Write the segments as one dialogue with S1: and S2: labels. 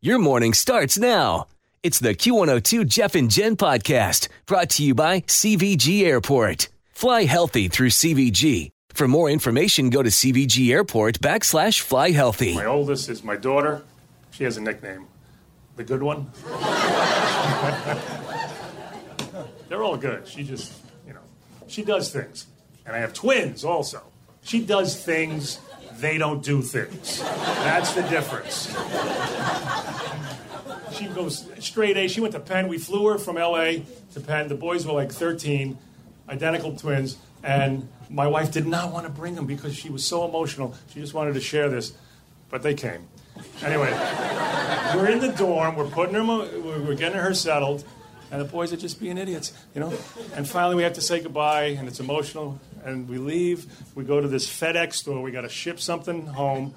S1: Your morning starts now. It's the Q102 Jeff and Jen podcast brought to you by CVG Airport. Fly healthy through CVG. For more information, go to CVG Airport backslash fly healthy.
S2: My oldest is my daughter. She has a nickname. The good one. They're all good. She just, you know, she does things. And I have twins also. She does things, they don't do things. That's the difference. She goes straight A. She went to Penn. We flew her from LA to Penn. The boys were like 13, identical twins. And my wife did not want to bring them because she was so emotional. She just wanted to share this. But they came. Anyway we're in the dorm. We're putting her. We're we're getting her settled, and the boys are just being idiots, you know. And finally, we have to say goodbye, and it's emotional. And we leave. We go to this FedEx store. We got to ship something home.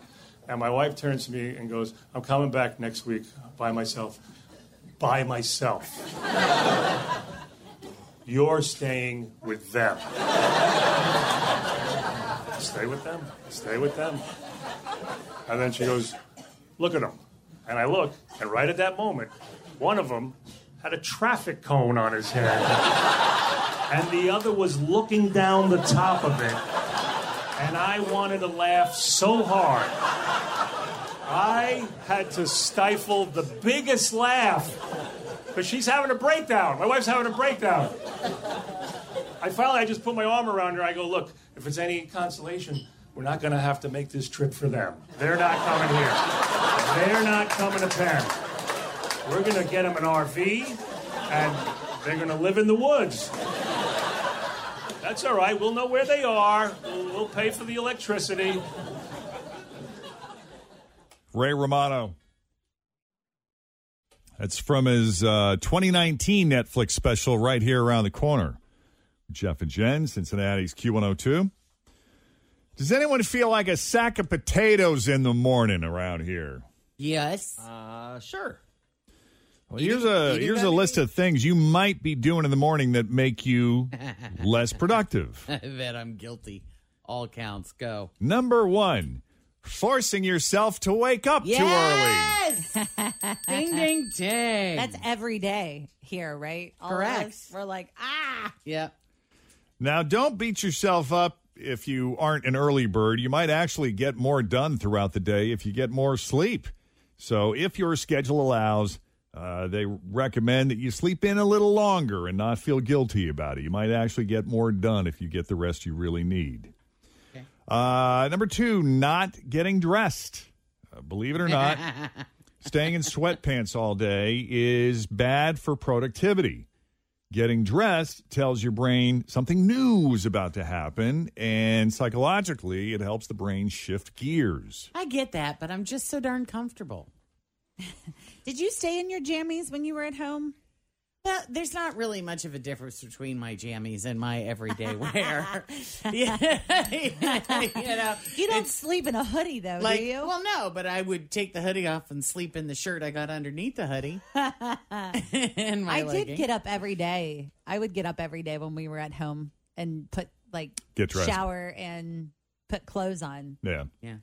S2: And my wife turns to me and goes, "I'm coming back next week by myself. By myself. You're staying with them. Stay with them. Stay with them." And then she goes, look at them. And I look, and right at that moment, one of them had a traffic cone on his head, and the other was looking down the top of it. And I wanted to laugh so hard. I had to stifle the biggest laugh. But she's having a breakdown. My wife's having a breakdown. I finally, I just put my arm around her. I go, look, if it's any consolation, we're not going to have to make this trip for them. They're not coming here. They're not coming to Penn. We're going to get them an RV, and they're going to live in the woods. That's all right. We'll know where they are. We'll, we'll pay for the electricity.
S3: Ray Romano. That's from his uh, 2019 Netflix special right here around the corner. Jeff and Jen, Cincinnati's Q102. Does anyone feel like a sack of potatoes in the morning around here?
S4: Yes.
S5: Uh, sure.
S3: Well, here's a here's a list of things you might be doing in the morning that make you less productive.
S4: I bet I'm guilty. All counts. Go.
S3: Number one, forcing yourself to wake up too
S4: Yes. ding, ding, ding.
S6: That's every day here, right? All of
S4: Correct.
S6: us, we're like, ah,
S4: yeah.
S3: early. Now, don't beat yourself up if you aren't an early bird. You might actually get more done throughout the day if you get more sleep. So, if your schedule allows, uh, they recommend that you sleep in a little longer and not feel guilty about it. You might actually get more done if you get the rest you really need. Uh, number two, not getting dressed. Uh, believe it or not, staying in sweatpants all day is bad for productivity. Getting dressed tells your brain something new is about to happen, and psychologically, it helps the brain shift gears.
S4: I get that, but I'm just so darn comfortable.
S6: did you stay in your jammies when you were at home?
S4: Well, there's not really much of a difference between my jammies and my everyday wear. yeah, you know,
S6: You don't
S4: it's
S6: sleep in a hoodie though,
S4: like
S6: do you?
S4: well, no, but I would take the hoodie off and sleep in the shirt I got underneath the hoodie. and my
S6: I
S4: legging.
S6: did get up every day. I would get up every day when we were at home and put like
S3: Get dressed.
S6: shower and put clothes on.
S3: Yeah.
S4: Yeah.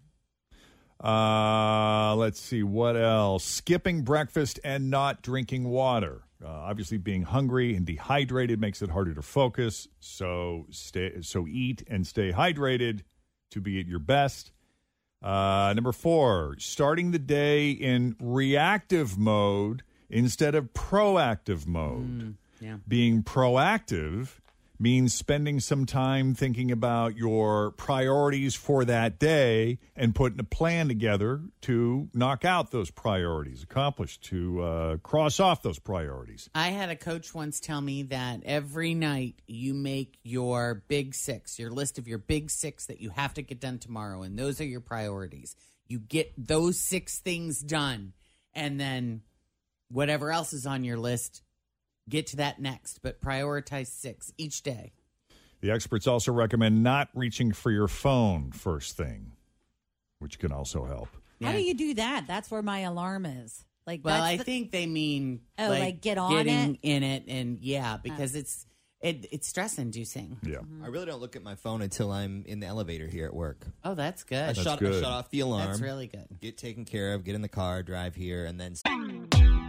S3: Uh, let's see what else. Skipping breakfast and not drinking water. Uh, obviously, being hungry and dehydrated makes it harder to focus. So stay. So eat and stay hydrated to be at your best. Uh, number four, starting the day in reactive mode instead of proactive mode. Being proactive means spending some time thinking about your priorities for that day and putting a plan together to knock out those priorities, accomplish, to uh, cross off those priorities.
S4: I had a coach once tell me that every night you make your big six, your list of your big six that you have to get done tomorrow, and those are your priorities. You get those six things done, and then whatever else is on your list, get to that next, but prioritize six each day.
S3: The experts also recommend not reaching for your phone first thing, which can also help.
S6: How do you do that? That's where my alarm is. Like,
S4: Well,
S6: that's
S4: I
S6: the-
S4: think they mean
S6: Oh, like, get on
S4: getting
S6: it? Oh.
S4: in it, and yeah, because it's it, it's stress inducing.
S3: Yeah.
S5: I really don't look at my phone until I'm in the elevator here at work.
S4: Oh, that's good.
S5: I, shut, I
S3: good.
S5: shut off the alarm.
S4: That's really good.
S5: Get taken care of, get in the car, drive here, and then.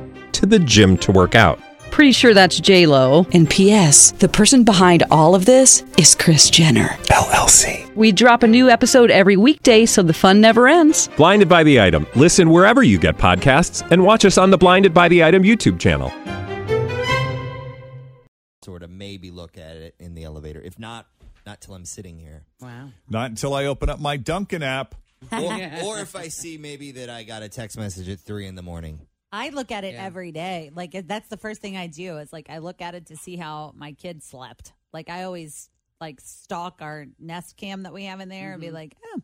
S7: to the gym to work out.
S8: Pretty sure that's J Lo.
S9: And PS, the person behind all of this is Chris Jenner.
S7: LLC.
S8: We drop a new episode every weekday, so the fun never ends.
S7: Blinded by the item. Listen wherever you get podcasts, and watch us on the Blinded by the Item YouTube channel.
S5: sort of maybe look at it in the elevator. If not, not till I'm sitting here.
S4: Wow.
S3: Not until I open up my Duncan app.
S5: Or, or if I see maybe that I got a text message at three in the morning.
S6: I look at it
S4: Yeah.
S6: every day. Like it- that's the first thing I do is like I look at it to see how my kid slept. Like I always like stalk our Nest Cam that we have in there and
S3: Mm-hmm.
S6: be like, oh,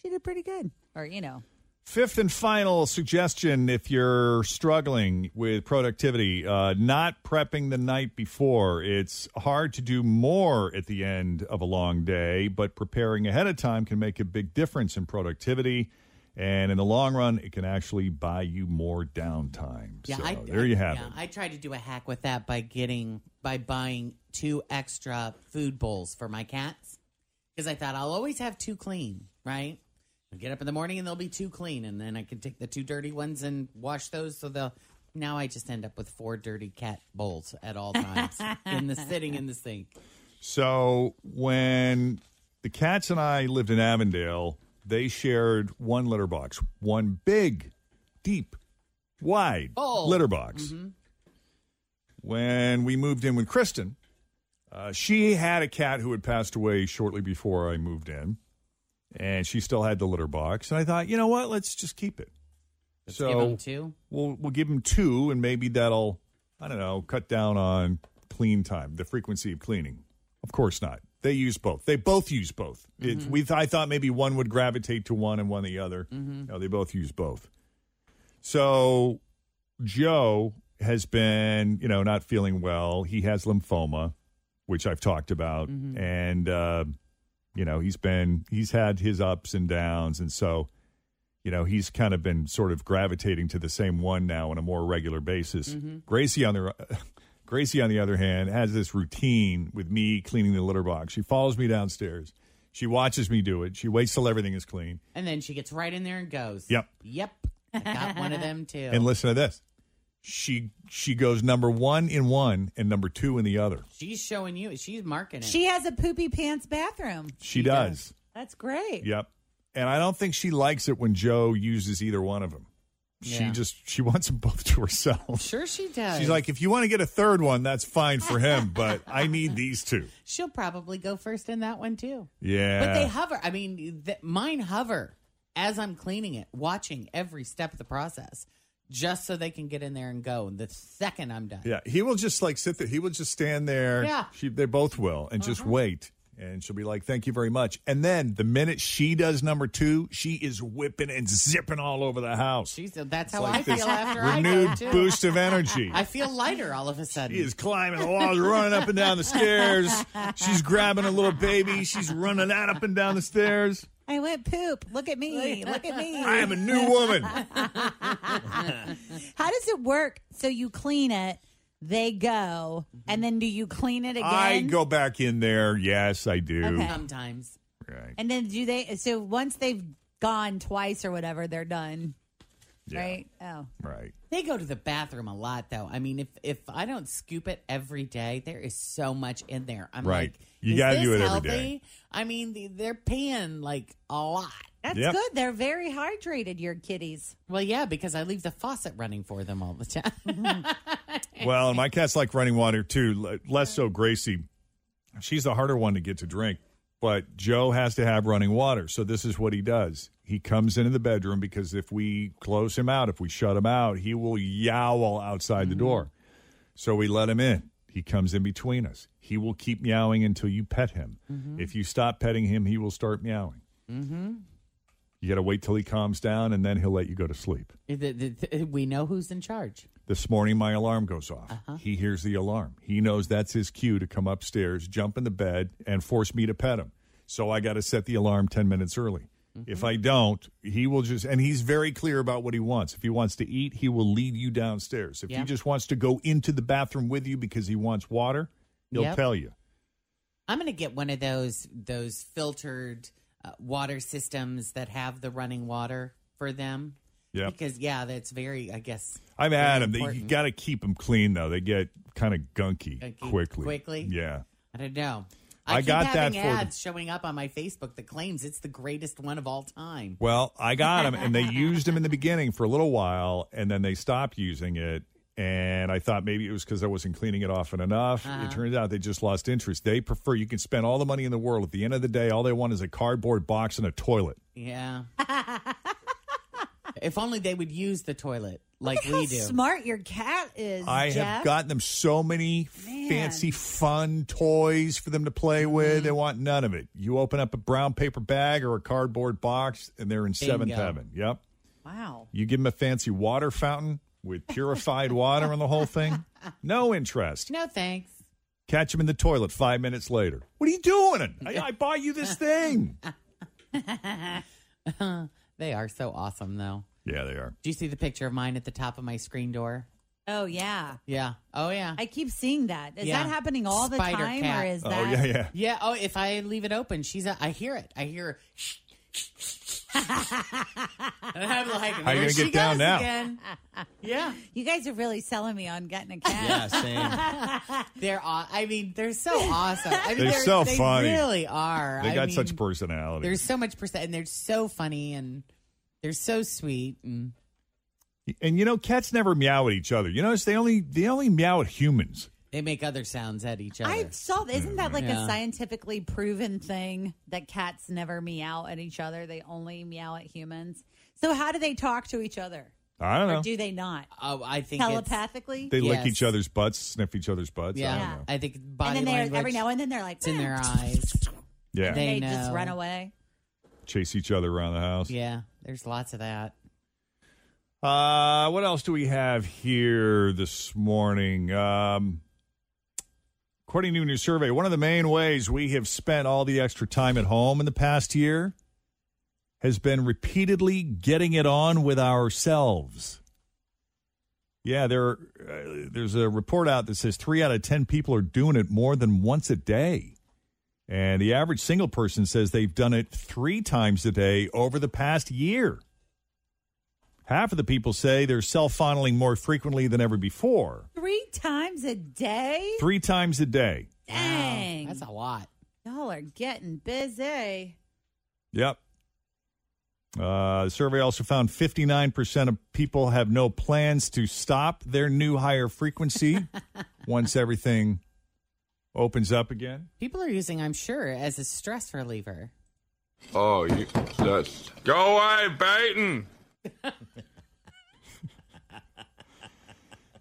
S6: she did pretty good, or you know,
S3: Fifth and final suggestion if you're struggling with productivity, uh, not prepping the night before. It's hard to do more at the end of a long day, but preparing ahead of time can make a big difference in productivity. And in the long run, it can actually buy you more downtime. so there you have
S4: yeah,
S3: it.
S4: I tried to do a hack with that by getting by buying two extra food bowls for my cats because I thought I'll always have two clean, right? I get up in the morning and they'll be two clean, and then I can take the two dirty ones and wash those. So they'll now I just end up with four dirty cat bowls at all times in the sitting in the sink.
S3: So when the cats and I lived in Avondale, they shared one litter box, one big, deep, wide
S4: Oh.
S3: litter box. When we moved in with Kristen, uh, she had a cat who had passed away shortly before I moved in, and she still had the litter box. And I thought, you know what? Let's just keep it.
S4: Let's
S3: so
S4: give them two.
S3: we'll we'll give them two, and maybe that'll I don't know cut down on clean time, the frequency of cleaning. Of course not. They use both. They both use both. It's we I thought maybe one would gravitate to one and one the other. No, they both use both. So Joe has been you know not feeling well. He has lymphoma, which I've talked about, and uh, you know he's been he's had his ups and downs, and so you know, he's kind of been sort of gravitating to the same one now on a more regular basis. Gracie on the Gracie on the other hand has this routine with me cleaning the litter box. She follows me downstairs. She watches me do it. She waits till everything is clean.
S4: And then she gets right in there and goes.
S3: Yep.
S4: Yep. I got one of them too.
S3: And listen to this. She she goes number 1 in one and number 2 in the other.
S4: she's showing you. She's marking it.
S6: she has a poopy pants bathroom.
S3: She, does.
S6: That's great.
S3: Yep. And I don't think she likes it when Joe uses either one of them. She
S4: Yeah.
S3: just she wants them both to herself.
S4: sure she does.
S3: She's like, if you want to get a third one, that's fine for him, but I need these two.
S4: she'll probably go first in that one too.
S3: Yeah.
S4: But they hover. I mean, th- mine hover as I'm cleaning it, watching every step of the process, just so they can get in there and go the second I'm done.
S3: yeah. He will just like sit there. He will just stand there.
S4: Yeah. Uh-huh.
S3: She, they both will and just wait. And she'll be like, thank you very much. And then the minute she does number two, she is whipping and zipping all over the house.
S4: She's, that's how
S3: like
S4: I
S3: this
S4: feel after I
S3: Renewed
S4: go too.
S3: boost of energy.
S4: I feel lighter all of a sudden.
S3: She is climbing the walls, running up and down the stairs. She's grabbing a little baby. She's running that up and down the stairs.
S6: I went poop. Look at me. Look at me.
S3: I am a new woman.
S6: How does it work? So you clean it, they go, and then do you clean it again?
S3: Mm-hmm. I go back in there. Yes, I do.
S6: Okay. Sometimes.
S3: Right.
S6: And then do they? So once they've gone twice or whatever, they're done. Right? Oh.
S3: Right.
S4: They go to the bathroom a lot though. I mean, if if I don't scoop it every day, there is so much in there. I'm
S3: Right.
S4: like,
S3: You
S4: is
S3: gotta
S4: this
S3: do it every
S4: healthy?
S3: day.
S4: I mean, the- they're paying like a lot.
S6: That's Yep. good. They're very hydrated, your kitties.
S4: Well, yeah, because I leave the faucet running for them all the time.
S3: Well, and my cat's like running water too. l- Less so Gracie. She's the harder one to get to drink, but Joe has to have running water. So this is what he does. He comes into the bedroom because if we close him out, if we shut him out, he will yowl outside the door. So we let him in. He comes in between us. He will keep meowing until you pet him. If you stop petting him, he will start meowing.
S4: mm-hmm.
S3: You got to wait till he calms down and then he'll let you go to sleep.
S4: we know who's in charge.
S3: This morning, my alarm goes off.
S4: Uh-huh.
S3: He hears the alarm. He knows that's his cue to come upstairs, jump in the bed, and force me to pet him. So I got to set the alarm 10 minutes early.
S4: Mm-hmm.
S3: If I don't, he will just, and he's very clear about what he wants. If he wants to eat, he will lead you downstairs. If he
S4: Yeah.
S3: just wants to go into the bathroom with you because he wants water, he'll
S4: Yep.
S3: tell you.
S4: I'm going to get one of those those filtered uh, water systems that have the running water for them.
S3: Yep.
S4: Because yeah, that's very I guess
S3: I'm
S4: very
S3: at him. You
S4: important.
S3: got to keep them clean, though. They get kind of gunky,
S4: Gunky
S3: quickly.
S4: quickly?
S3: Yeah.
S4: I don't know.
S3: I
S4: keep
S3: got that
S4: having
S3: for the-
S4: ads showing up on my Facebook that claims it's the greatest one of all time.
S3: Well, I got them, and they used them in the beginning for a little while, and then they stopped using it. And I thought maybe it was because I wasn't cleaning it often enough.
S4: Uh-huh.
S3: It turns out they just lost interest. They prefer you can spend all the money in the world. At the end of the day, all they want is a cardboard box and a toilet.
S4: Yeah. if only they would use the toilet like
S6: How
S4: we do.
S6: smart your cat is.
S3: I
S6: Jeff.
S3: have gotten them so many fancy, fun toys for them to play with. They
S6: Mm-hmm.
S3: want none of it. You open up a brown paper bag or a cardboard box, and they're in seventh
S6: Bingo.
S3: heaven. Yep.
S6: Wow.
S3: You give them a fancy water fountain with purified water and the whole thing. No interest.
S4: No thanks.
S3: Catch him in the toilet five minutes later. What are you doing? I, I bought you this thing.
S4: they are so awesome though.
S3: Yeah, they are.
S4: Do you see the picture of mine at the top of my screen door?
S6: Oh, yeah.
S4: Yeah. Oh yeah.
S6: I keep seeing that. Is
S4: Yeah.
S6: that happening all the
S4: Spider
S6: time,
S4: cat.
S6: or is
S3: Oh,
S6: that?
S3: yeah, yeah.
S4: Yeah. Oh, if I leave it open, she's. A, I hear it. I hear. and I'm like,
S3: How you
S4: "There
S3: gonna
S4: she
S3: get down
S4: goes
S3: now?"
S4: Again. Yeah.
S6: You guys are really selling me on getting a cat.
S4: Yeah, They're. Aw- I mean, they're so awesome. I mean,
S3: They're so
S4: they
S3: funny.
S4: Really are.
S3: They
S4: I
S3: got such
S4: mean,
S3: personality.
S4: There's so much percent, and they're so funny, and they're so sweet, and
S3: And you know, cats never meow at each other. You notice they only they only meow at humans.
S4: they make other sounds at each other.
S6: I saw. Isn't that like
S4: Yeah.
S6: a scientifically proven thing that cats never meow at each other? They only meow at humans. So how do they talk to each other?
S3: I don't
S6: or
S3: know.
S6: do they not
S4: oh, I think it's-
S6: telepathically?
S3: They
S4: Yes.
S3: lick each other's butts, sniff each other's butts. I don't
S4: Yeah.
S3: know.
S4: I think body
S6: and then
S4: language.
S6: they're every now and then they're like
S4: it's in their
S6: "Ah,"
S4: eyes.
S3: Yeah.
S6: and they,
S4: They
S6: just
S4: know.
S6: run away.
S3: Chase each other around the house.
S4: Yeah. There's lots of that.
S3: Uh, what else do we have here this morning? Um, according to a new survey, one of the main ways we have spent all the extra time at home in the past year has been repeatedly getting it on with ourselves. Yeah, there, uh, there's a report out that says three out of 10 people are doing it more than once a day. And the average single person says they've done it three times a day over the past year. Half of the people say they're self fondling more frequently than ever before,
S6: Three times a day.
S3: three times a day.
S6: Dang,
S4: That's a lot.
S6: y'all are getting busy.
S3: Yep. Uh, the survey also found 59% of people have no plans to stop their new higher frequency once everything opens up again.
S4: People are using, I'm sure, as a stress reliever.
S10: Oh, you that's go away, Peyton.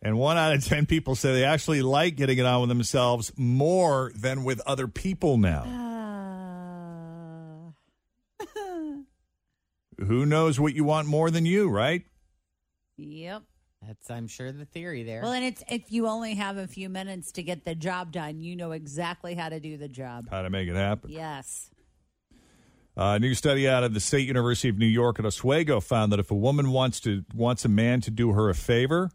S3: And one out of 10 people say they actually like getting it on with themselves more than with other people now. Who knows what you want more than you, right?
S6: Yep.
S4: That's, I'm sure, the theory there.
S6: Well, and it's if you only have a few minutes to get the job done, you know exactly how to do the job.
S3: How to make it happen.
S6: Yes.
S3: A new study out of the State University of New York at Oswego found that if a woman wants to wants a man to do her a favor,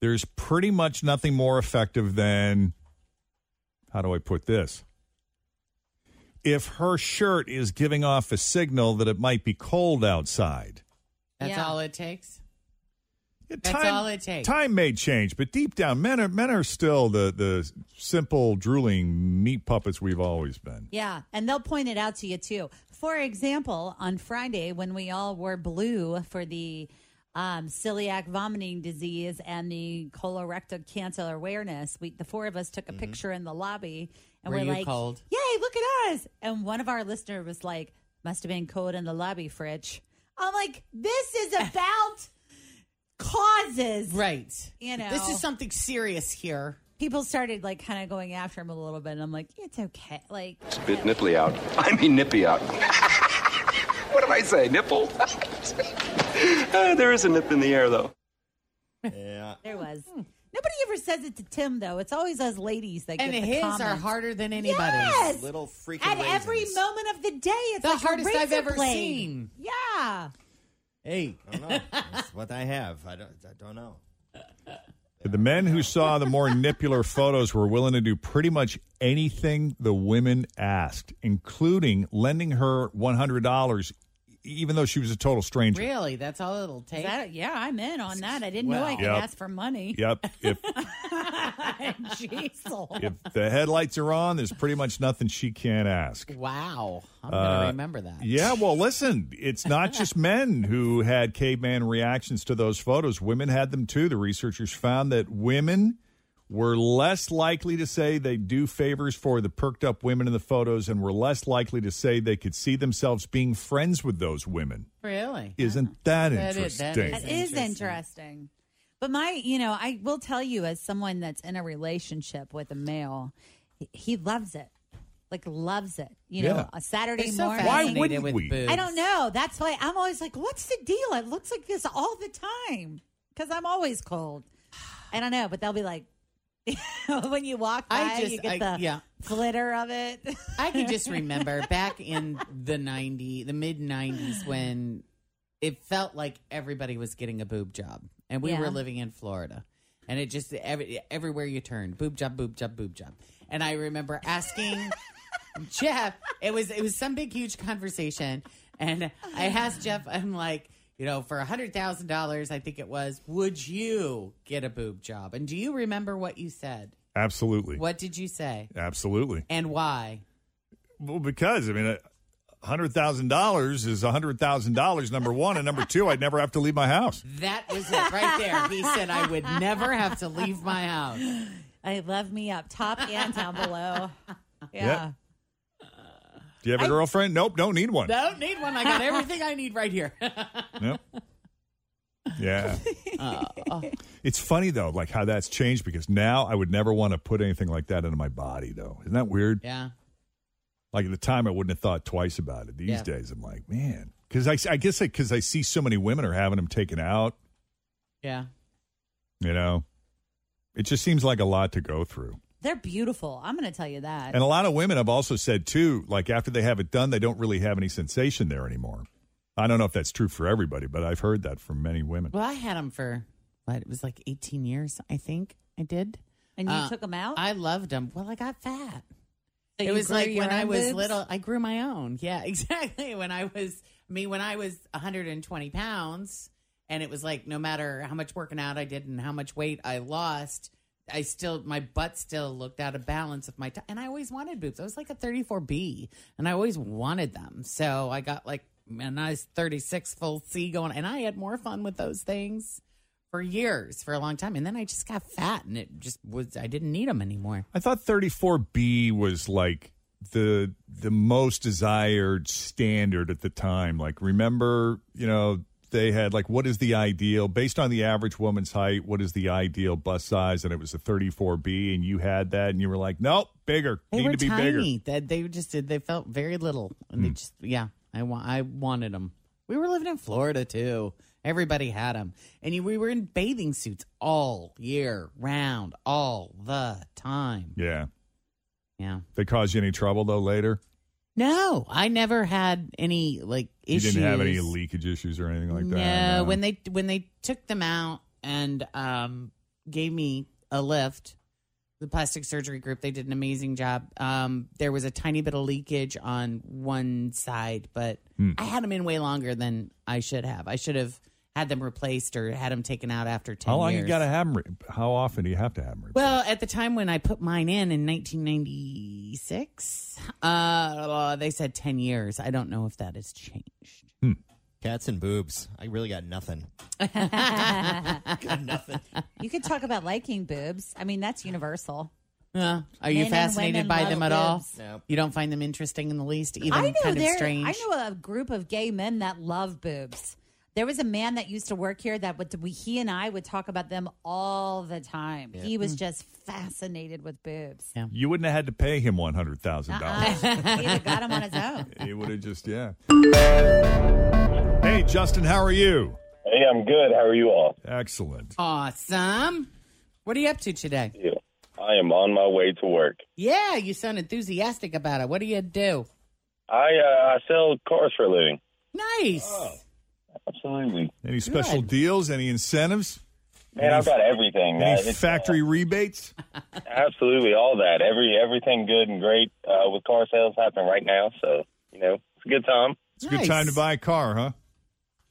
S3: there's pretty much nothing more effective than how do I put this? If her shirt is giving off a signal that it might be cold outside.
S4: That's all it takes. That's
S3: time-
S4: all it takes.
S3: Time may change, but deep down, men are men are still the the simple drooling meat puppets we've always been.
S6: Yeah, and they'll point it out to you too. For example, on Friday when we all wore blue for the um, celiac vomiting disease and the colorectal cancer awareness week, the four of us took a picture in the lobby and
S4: Mm-hmm. Were
S6: are
S4: you
S6: like,
S4: cold?
S6: "Yay, look at us!" And one of our listeners was like, "Must have been cold in the lobby, Fritch." I'm like, "This is about causes,
S4: right?
S6: You know,
S4: This is something serious here."
S6: People started like kind of going after him a little bit, and I'm like, "It's okay." Like,
S11: It's a bit nipply out. I mean nippy out. what did I say? Nipple? Uh, there is a nip in the air, though.
S5: Yeah.
S6: There was. Nobody ever says it to Tim though. It's always us ladies that
S4: And
S6: get the
S4: his
S6: comment.
S4: are harder than anybody's.
S6: Yes!
S5: Little freaking
S6: At every moment of the day, it's
S4: The
S6: like a
S4: hardest I've
S6: razor
S4: ever
S6: blade.
S4: seen.
S6: Yeah.
S5: Hey, I don't know. That's what I have. I don't. I don't know.
S3: The men who saw the more nipular photos were willing to do pretty much anything the women asked, including lending her one hundred dollars, even though she was a total stranger.
S4: Really? That's all it'll take.
S6: yeah, I'm in on that. I didn't know I
S3: Wow.
S6: could
S3: Yep.
S6: ask for money.
S3: Yep. If
S6: Jeez.
S3: if the headlights are on, there's pretty much nothing she can't ask.
S4: Wow. I'm gonna
S3: Uh,
S4: remember that.
S3: Yeah, well, listen, it's not just men who had caveman reactions to those photos. Women had them too. The researchers found that women were less likely to say they do favors for the perked up women in the photos and were less likely to say they could see themselves being friends with those women.
S4: Really?
S3: Isn't that
S4: Ah, That
S3: interesting?
S4: is- that is
S6: That is interesting. But my, you know, I will tell you as someone that's in a relationship with a male, he- he loves it. Like loves it. You
S4: Yeah.
S6: know, a Saturday
S4: They're so
S6: morning.
S4: fascinated Why wouldn't with we? boobs.
S6: I don't know. That's why I'm always like, what's the deal? It looks like this all the time because I'm always cold. I don't know, but they'll be like, when you walk by,
S4: I
S6: you
S4: just,
S6: get
S4: I,
S6: the
S4: yeah.
S6: glitter of it.
S4: I can just remember back in the 90, the mid 90s when it felt like everybody was getting a boob job and we were
S12: Yeah.
S4: living in Florida and it just every, everywhere you turned boob job boob job boob job and I remember asking Jeff it was it was some big huge conversation and I asked Jeff I'm like you know for $100,000 I think it was would you get a boob job and do you remember what you said
S3: Absolutely.
S4: what did you say
S3: Absolutely.
S4: and why
S3: Well, because, I mean, $100,000 is $100,000, number one. And number two, I'd never have to leave my house.
S4: That was it right there. He said, I would never have to leave my house.
S6: I love me up top and down below. Yeah.
S3: Do you have a girlfriend? Nope, don't need one.
S4: Don't need one. I got everything I need right here.
S3: Nope. Yeah.
S4: Uh, oh,
S3: It's funny though, like how that's changed because now I would never want to put anything like that into my body though. Isn't that weird?
S4: yeah.
S3: Like at the time, I wouldn't have thought twice about it. These
S4: Yeah.
S3: days, I'm like, man, because I, I guess because I see so many women are having them taken out.
S4: Yeah.
S3: You know, it just seems like a lot to go through.
S6: They're beautiful. I'm going to tell you that.
S3: And a lot of women have also said too, like after they have it done, they don't really have any sensation there anymore. I don't know if that's true for everybody, but I've heard that from many women.
S4: Well, I had them for, what, it was like 18 years, I think I did. Uh,
S6: And you took 'em out?
S4: I loved them. Well, I got fat.
S6: So
S4: it
S6: you
S4: was
S6: grew
S4: like
S6: your
S4: when I
S6: own
S4: was
S6: boobs?
S4: little, I grew my own. Yeah, exactly. When I was, I mean, when I was 120 pounds, and it was like no matter how much working out I did and how much weight I lost, I still, my butt still looked out of balance of my time. And I always wanted boobs. I was like a 34B, and I always wanted them. So I got like a nice 36 full C going, and I had more fun with those things for years, for a long time. And then I just got fat, and it just was, I didn't need them anymore.
S3: I thought 34B was like the the most desired standard at the time. Like remember, you know, they had like what is the ideal based on the average woman's height, what is the ideal bust size and it was a 34B and you had that and you were like, "Nope, bigger.
S4: They
S3: Need
S4: were
S3: to be
S4: tiny.
S3: bigger." Hmm.
S4: That they just did. They felt very little, and they just yeah. I want. I wanted them. We were living in Florida too. Everybody had them, and you- we were in bathing suits all year round, all the time.
S3: Yeah.
S4: Yeah.
S3: They cause you any trouble though later?
S4: No, I never had any like
S3: You
S4: issues.
S3: didn't have any leakage issues or anything like that.
S4: no, when they when they took them out and um, gave me a lift, the plastic surgery group they did an amazing job. Um, there was a tiny bit of leakage on one side, but
S12: Hmm.
S4: I had them in way longer than I should have. I should have had them replaced or had them taken out after ten.
S3: how long
S4: years.
S3: you got to have them? Re- how often do you have to have them?
S4: Well, at the time when I put mine in in 1996, uh, they said 10 years. I don't know if that has changed.
S5: Cats and boobs. I really got nothing.
S6: You could talk about liking boobs. I mean, that's universal.
S4: Yeah. Are
S6: Men
S4: you
S6: and
S4: fascinated
S6: women
S4: by
S6: love
S4: them at all?
S6: boobs.
S4: You don't find them interesting in the least, even
S6: I know
S4: kind of
S6: there.
S4: strange.
S6: I know a group of gay men that love boobs. There was a man that used to work here that would we, he and I would talk about them all the time.
S3: Yeah.
S6: He
S4: Hmm.
S6: was
S3: Mm.
S6: just fascinated with boobs.
S3: You wouldn't have had to pay him one hundred thousand
S4: Uh-uh.
S3: dollars.
S6: he got him on his own.
S3: He would have just yeah. Hey, Justin, how are you?
S13: Hey, I'm good. How are you all?
S3: Excellent.
S4: Awesome. What are you up to today?
S13: Yeah. I am on my way to work.
S4: Yeah, you sound enthusiastic about it. What do you do?
S13: I uh, I sell cars for a living.
S4: Nice.
S13: Oh, Absolutely.
S3: Any special deals? Any incentives?
S13: Man, I've got everything.
S3: Any
S13: Uh, it's-
S3: factory rebates?
S13: Absolutely, all that. Every everything good and great uh, with car sales happening right now. So you know, it's a good time.
S3: It's a good time to buy a car, huh?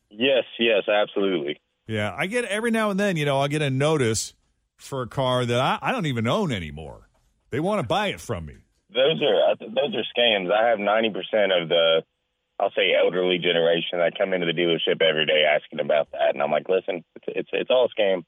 S13: Yes, yes, absolutely.
S3: Yeah, I get every now and then, you know, I'll get a notice for a car that I, I don't even own anymore. They want to buy it from me.
S13: Those are uh, those are scams. I have ninety percent of the, I'll say, elderly generation that come into the dealership every day asking about that, and I'm like, listen, it's it's, it's all a scam.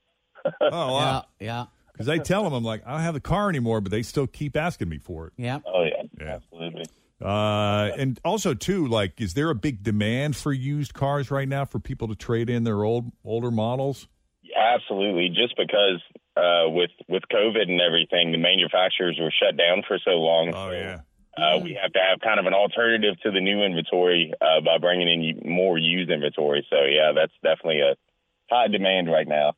S3: Oh, wow.
S4: Yeah.
S3: Because I tell them, I'm like, I don't have the car anymore, but they still keep asking me for it.
S4: Yeah.
S13: Oh yeah, absolutely.
S3: Uh, and also, too, like, is there a big demand for used cars right now for people to trade in their old older models?
S13: Absolutely, just because uh, with with COVID and everything, the manufacturers were shut down for so long. Oh yeah. Uh, we have to have kind of an alternative to the new inventory uh, by bringing in more used inventory. So yeah, that's definitely a high demand right now.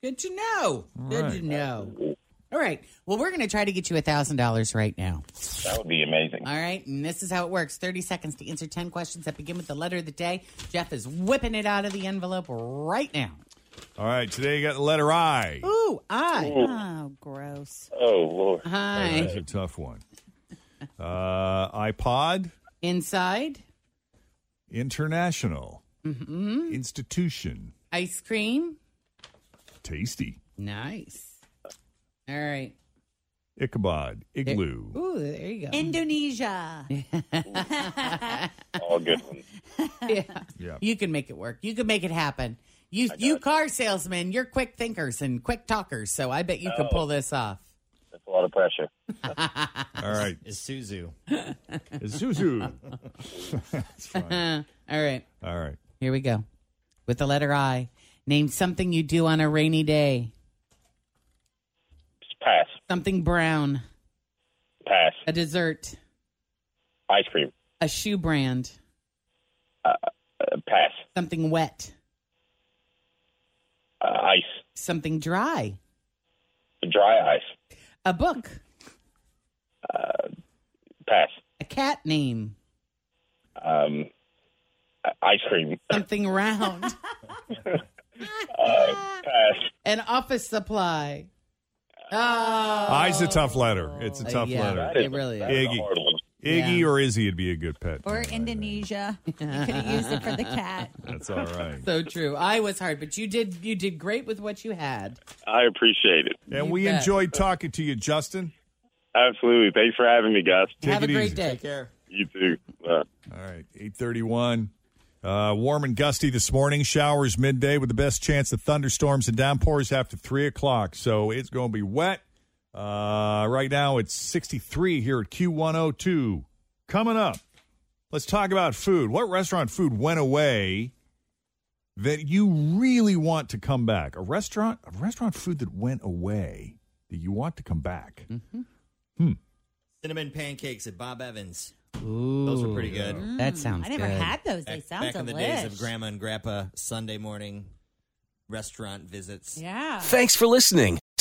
S4: Good to know. Good
S13: right.
S4: to know. All right. Well, we're going to try to get you a $1,000 right now.
S13: That would be amazing.
S4: All right, and this is how it works 30 seconds to answer 10 questions that begin with the letter of the day. Jeff is whipping it out of the envelope right now.
S3: All right, today you got the letter I.
S4: Ooh, I.
S3: Ooh.
S4: Oh, gross.
S13: Oh, Lord.
S4: Hi.
S3: That's a tough one. Uh, iPod,
S4: Inside,
S3: international,
S4: hmm
S3: institution,
S4: ice cream.
S3: tasty,
S4: Nice. All right.
S3: Ichabod, igloo.
S4: Ooh, there you go.
S6: Indonesia.
S13: All good ones.
S4: yeah.
S3: Yeah.
S4: You can make it work. You can make it happen. You, you car salesmen, you're quick thinkers and quick talkers, so I bet you can
S5: Oh.
S4: pull this off.
S13: That's a lot of pressure.
S3: All right.
S5: Isuzu.
S3: Zuzu. That's
S4: All right.
S3: All right.
S4: Here we go. With the letter I, name something you do on a rainy day.
S13: Pass.
S4: Something brown.
S13: Pass.
S4: A dessert.
S13: Ice cream.
S4: A shoe brand.
S13: Uh, pass.
S4: Something wet.
S13: Uh, ice.
S4: Something dry.
S13: Dry ice.
S4: A book.
S13: Uh, Pass.
S4: A cat name.
S13: Um, i- ice cream.
S4: Something round.
S13: Uh, pass.
S4: An office supply. Oh.
S13: Uh,
S3: I's a tough letter. It's a tough
S4: Yeah,
S3: letter.
S4: that is- It really is.
S3: Iggy, Iggy or Izzy would be a good pet.
S6: or Indonesia. You could have used it for the cat.
S3: That's all right.
S4: So true. I was hard, but you did you did great with what you had.
S13: I appreciate it.
S3: And we
S4: bet.
S3: enjoyed talking to you, Justin.
S13: Absolutely. Thanks for having me, guys.
S3: Take it easy.
S13: care. You too. Bye.
S3: All right, 831. Uh, warm and gusty this morning. Showers midday with the best chance of thunderstorms and downpours after 3 o'clock. So it's going to be wet. Uh, right now it's 63 here at Q102. Coming up, let's talk about food. What restaurant food went away that you really want to come back? A restaurant, a restaurant food that went away that you want to come back.
S5: Cinnamon pancakes at Bob Evans.
S4: Ooh,
S5: Those were pretty good. Mm,
S4: That sounds.
S6: Hmm. I never
S4: good.
S6: had those. They
S5: Back-
S6: sound
S5: back in the days of
S6: delish.
S5: grandma and grandpa Sunday morning restaurant visits.
S6: Yeah.
S1: Thanks for listening